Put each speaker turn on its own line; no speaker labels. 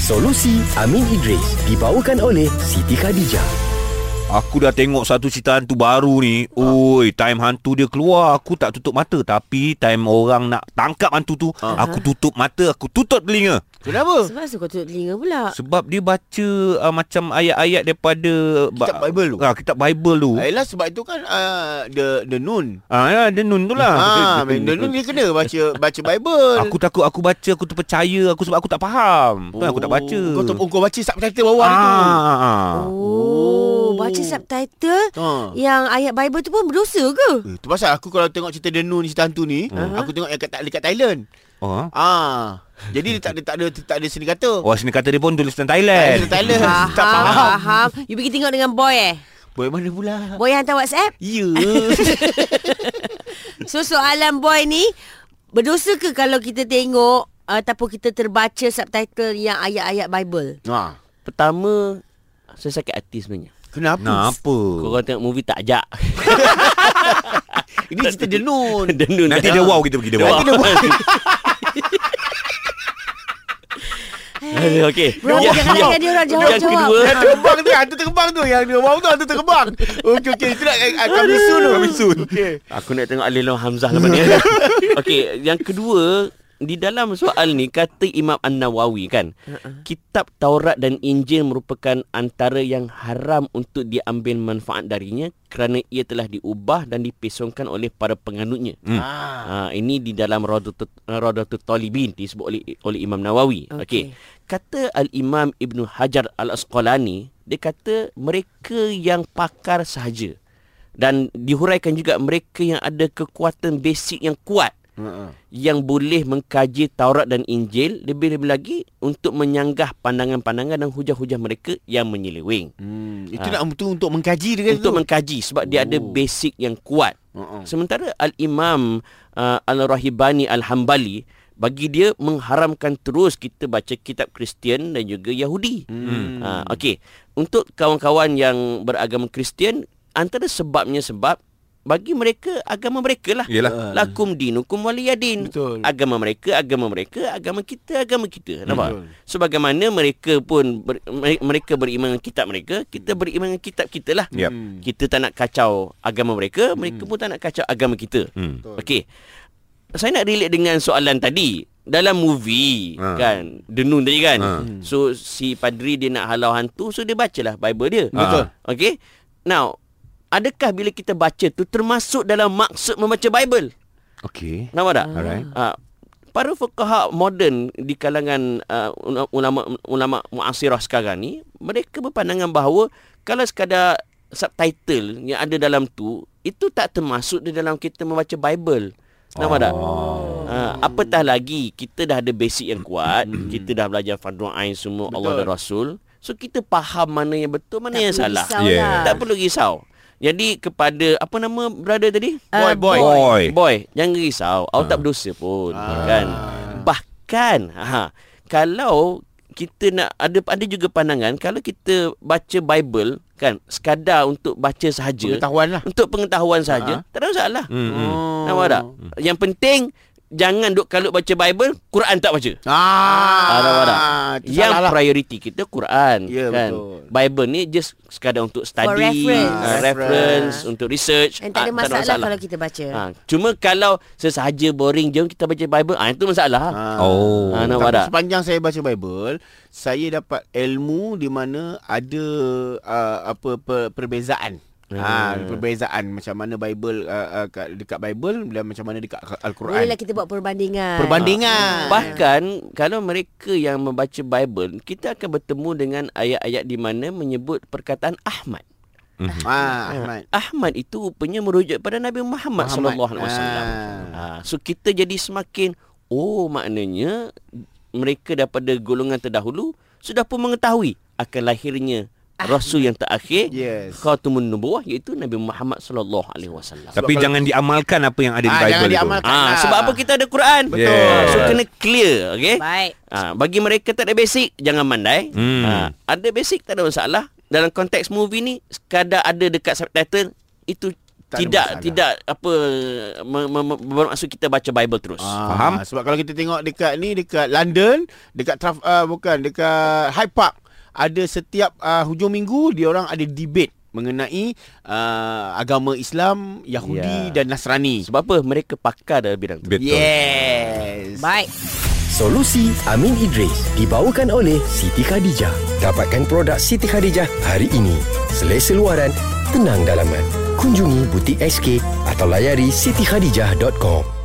Solusi Amin Idris dibawakan oleh Siti Khadijah.
Aku dah tengok satu cerita hantu baru ni. Ha. Oi, time hantu dia keluar, aku tak tutup mata. Tapi time orang nak tangkap hantu tu, ha.
Ah.
aku tutup mata, aku tutup telinga.
Kenapa?
Sebab suka tutup telinga pula.
Sebab dia baca uh, macam ayat-ayat daripada...
Kitab Bible tu.
Ha, kitab Bible tu.
Ayolah sebab itu kan uh, the the nun.
Ah, ya, dia nun tu lah.
Ah, man, the nun dia kena baca baca Bible.
Aku takut aku baca, aku terpercaya. Aku sebab aku tak faham. Oh. Kan aku tak baca.
Kau tu kau baca subtitle bawah tu.
ah.
Oh,
Oh.
oh. baca subtitle
Ha.
yang ayat Bible tu pun berdosa ke?
Eh, tu pasal aku kalau tengok cerita The Nun cerita hantu ni,
Ah.
aku tengok yang kat, dekat Thailand.
Oh.
Ah. Jadi dia tak ada tak ada tak ada sini kata.
Oh, sini kata dia pun tulis dalam
Tak ada
Thailand.
Thailand.
Faham,
tak faham.
faham. You pergi tengok dengan boy eh?
Boleh mana pula?
Boy yang hantar WhatsApp?
Ya.
So, soalan boy ni, berdosa ke kalau kita tengok uh, ataupun kita terbaca subtitle yang ayat-ayat Bible?
Ha.
Pertama Saya sakit hati sebenarnya
Kenapa?
Kenapa?
Korang tengok movie tak ajak
Ini cerita The Nun.
Denun
Nanti dia wow kita pergi dia wow.
Nanti dia wow Okay
Bro,
Ya,
jangan
ya.
ingat dia orang jawab,
Yang
jawab.
kedua
Yang terbang tu Hantu terbang tu Yang dia bawah tu Hantu terbang Okey okey Itu nak ah, Kami soon tu Kami soon Okey
Aku nak tengok Alilau Hamzah lepas ni Okay Yang kedua di dalam soal ni kata Imam An-Nawawi kan kitab Taurat dan Injil merupakan antara yang haram untuk diambil manfaat darinya kerana ia telah diubah dan dipesongkan oleh para penganutnya Ha, ini di dalam Radatul Radatul Talibin disebut oleh oleh Imam Nawawi.
Okey.
Okey. Okay. Kata Al-Imam Ibn Hajar Al-Asqalani, dia kata mereka yang pakar sahaja dan dihuraikan juga mereka yang ada kekuatan basic yang kuat
Ha,
yang boleh mengkaji Taurat dan Injil lebih-lebih lagi untuk menyanggah pandangan-pandangan dan hujah-hujah mereka yang menyeleweng.
Hmm, itu
Ah.
nak untuk untuk mengkaji dia kata
Untuk
tu. Oh.
mengkaji sebab dia ada basic yang kuat.
Mm-mm.
Sementara Al-Imam uh, Al-Rahibani Al-Hambali bagi dia mengharamkan terus kita baca kitab Kristian dan juga Yahudi. Hmm. Uh, Okey, untuk kawan-kawan yang beragama Kristian antara sebabnya sebab bagi mereka agama mereka lah.
Ah.
Yelah.
Lakum dinukum waliyadin.
Betul.
Agama mereka, agama mereka, agama kita, agama kita. Nampak?
Betul.
Sebagaimana mereka pun ber, mere- mereka beriman dengan kitab mereka, kita beriman dengan kitab kita lah.
Yap.
Hmm.
Kita tak nak kacau agama mereka, mereka pun tak nak kacau agama kita.
Hmm.
Okey. Saya nak relate dengan soalan tadi. Dalam movie
Ha.
ha. kan Denun tadi kan
Ha.
So si Padri dia nak halau hantu So dia bacalah Bible dia
Ha. Betul.
Okay Now Adakah bila kita baca tu Termasuk dalam maksud membaca Bible
Okey.
Nampak tak?
Alright.
Uh, para fuqaha moden di kalangan uh, ulama ulama muasirah sekarang ni, mereka berpandangan bahawa kalau sekadar subtitle yang ada dalam tu, itu tak termasuk di dalam kita membaca Bible. Nampak tak? Ha, apatah lagi kita dah ada basic yang kuat, kita dah belajar fardhu ain semua Allah dan Rasul. So kita faham mana yang betul, mana yang salah.
Risau
Yeah.
lah.
Tak perlu risau. Jadi kepada apa nama brother tadi?
Uh,
Ah,
Boy, boy.
Boy. Ah.
Boy, jangan risau. Awak tak berdosa pun, kan? Bahkan, ha, kalau kita nak ada ada juga pandangan kalau kita baca Bible kan sekadar untuk baca sahaja
Pengetahuan lah.
untuk pengetahuan sahaja tak ada
Ah.
masalah
Hmm.
Oh.
nampak tak yang penting jangan duk kalut baca Bible Quran tak baca
Ah.
Ah, nampak tak?
Itu
yang
salah lah.
priority kita Quran
Ya,
kan.
betul.
Bible ni just sekadar untuk study,
reference.
ah, reference
Ah.
untuk research.
Dan tak ada
ah,
masalah, kalau kita baca.
Ha, cuma kalau sesahaja boring jom kita baca Bible, ah itu masalah.
Ah.
Oh.
Ah, nampak
Tapi
tak?
sepanjang saya baca Bible, saya dapat ilmu di mana ada uh, apa per, perbezaan. Ha,
Hmm.
perbezaan macam mana Bible uh, uh, kat- dekat Bible dan macam mana dekat Al-Quran.
Bolehlah kita buat perbandingan.
Perbandingan.
Bahkan kalau mereka yang membaca Bible, kita akan bertemu dengan ayat-ayat di mana menyebut perkataan Ahmad.
Ah, Ahmad.
Ahmad itu rupanya merujuk pada Nabi
Muhammad.
Muhammad, sallallahu alaihi wasallam.
Ah.
Ah, so kita jadi semakin oh maknanya mereka daripada golongan terdahulu sudah pun mengetahui akan lahirnya rasul yang terakhir
Yes.
khatamun nubuwah iaitu Nabi Muhammad sallallahu alaihi wasallam.
Tapi
kalau-
jangan diamalkan apa yang ada di
Ah,
Bible
jangan
itu.
diamalkan.
Ah sebab apa kita ada Quran?
Betul.
Ah, so kena clear, okey?
Baik.
Ah bagi mereka tak ada basic jangan mandai.
Hmm.
Ah, ada basic tak ada masalah. Dalam konteks movie ni sekadar ada dekat subtitle itu
Tak ada
tidak
masalah.
tidak apa me- me- me- bermaksud kita baca Bible terus.
Ah,
Faham?
Sebab kalau kita tengok dekat ni dekat London, dekat traf, uh, bukan dekat Hyde Park ada setiap uh, hujung minggu dia orang ada debate mengenai uh, agama Islam, Yahudi
Ya.
dan Nasrani.
Sebab apa? Mereka pakar dalam bidang tu.
Betul.
Yes.
Baik.
Solusi Amin Idris dibawakan oleh Siti Khadijah. Dapatkan produk Siti Khadijah hari ini. Selesa luaran, tenang dalaman. Kunjungi butik SK atau layari sitikhadijah.com.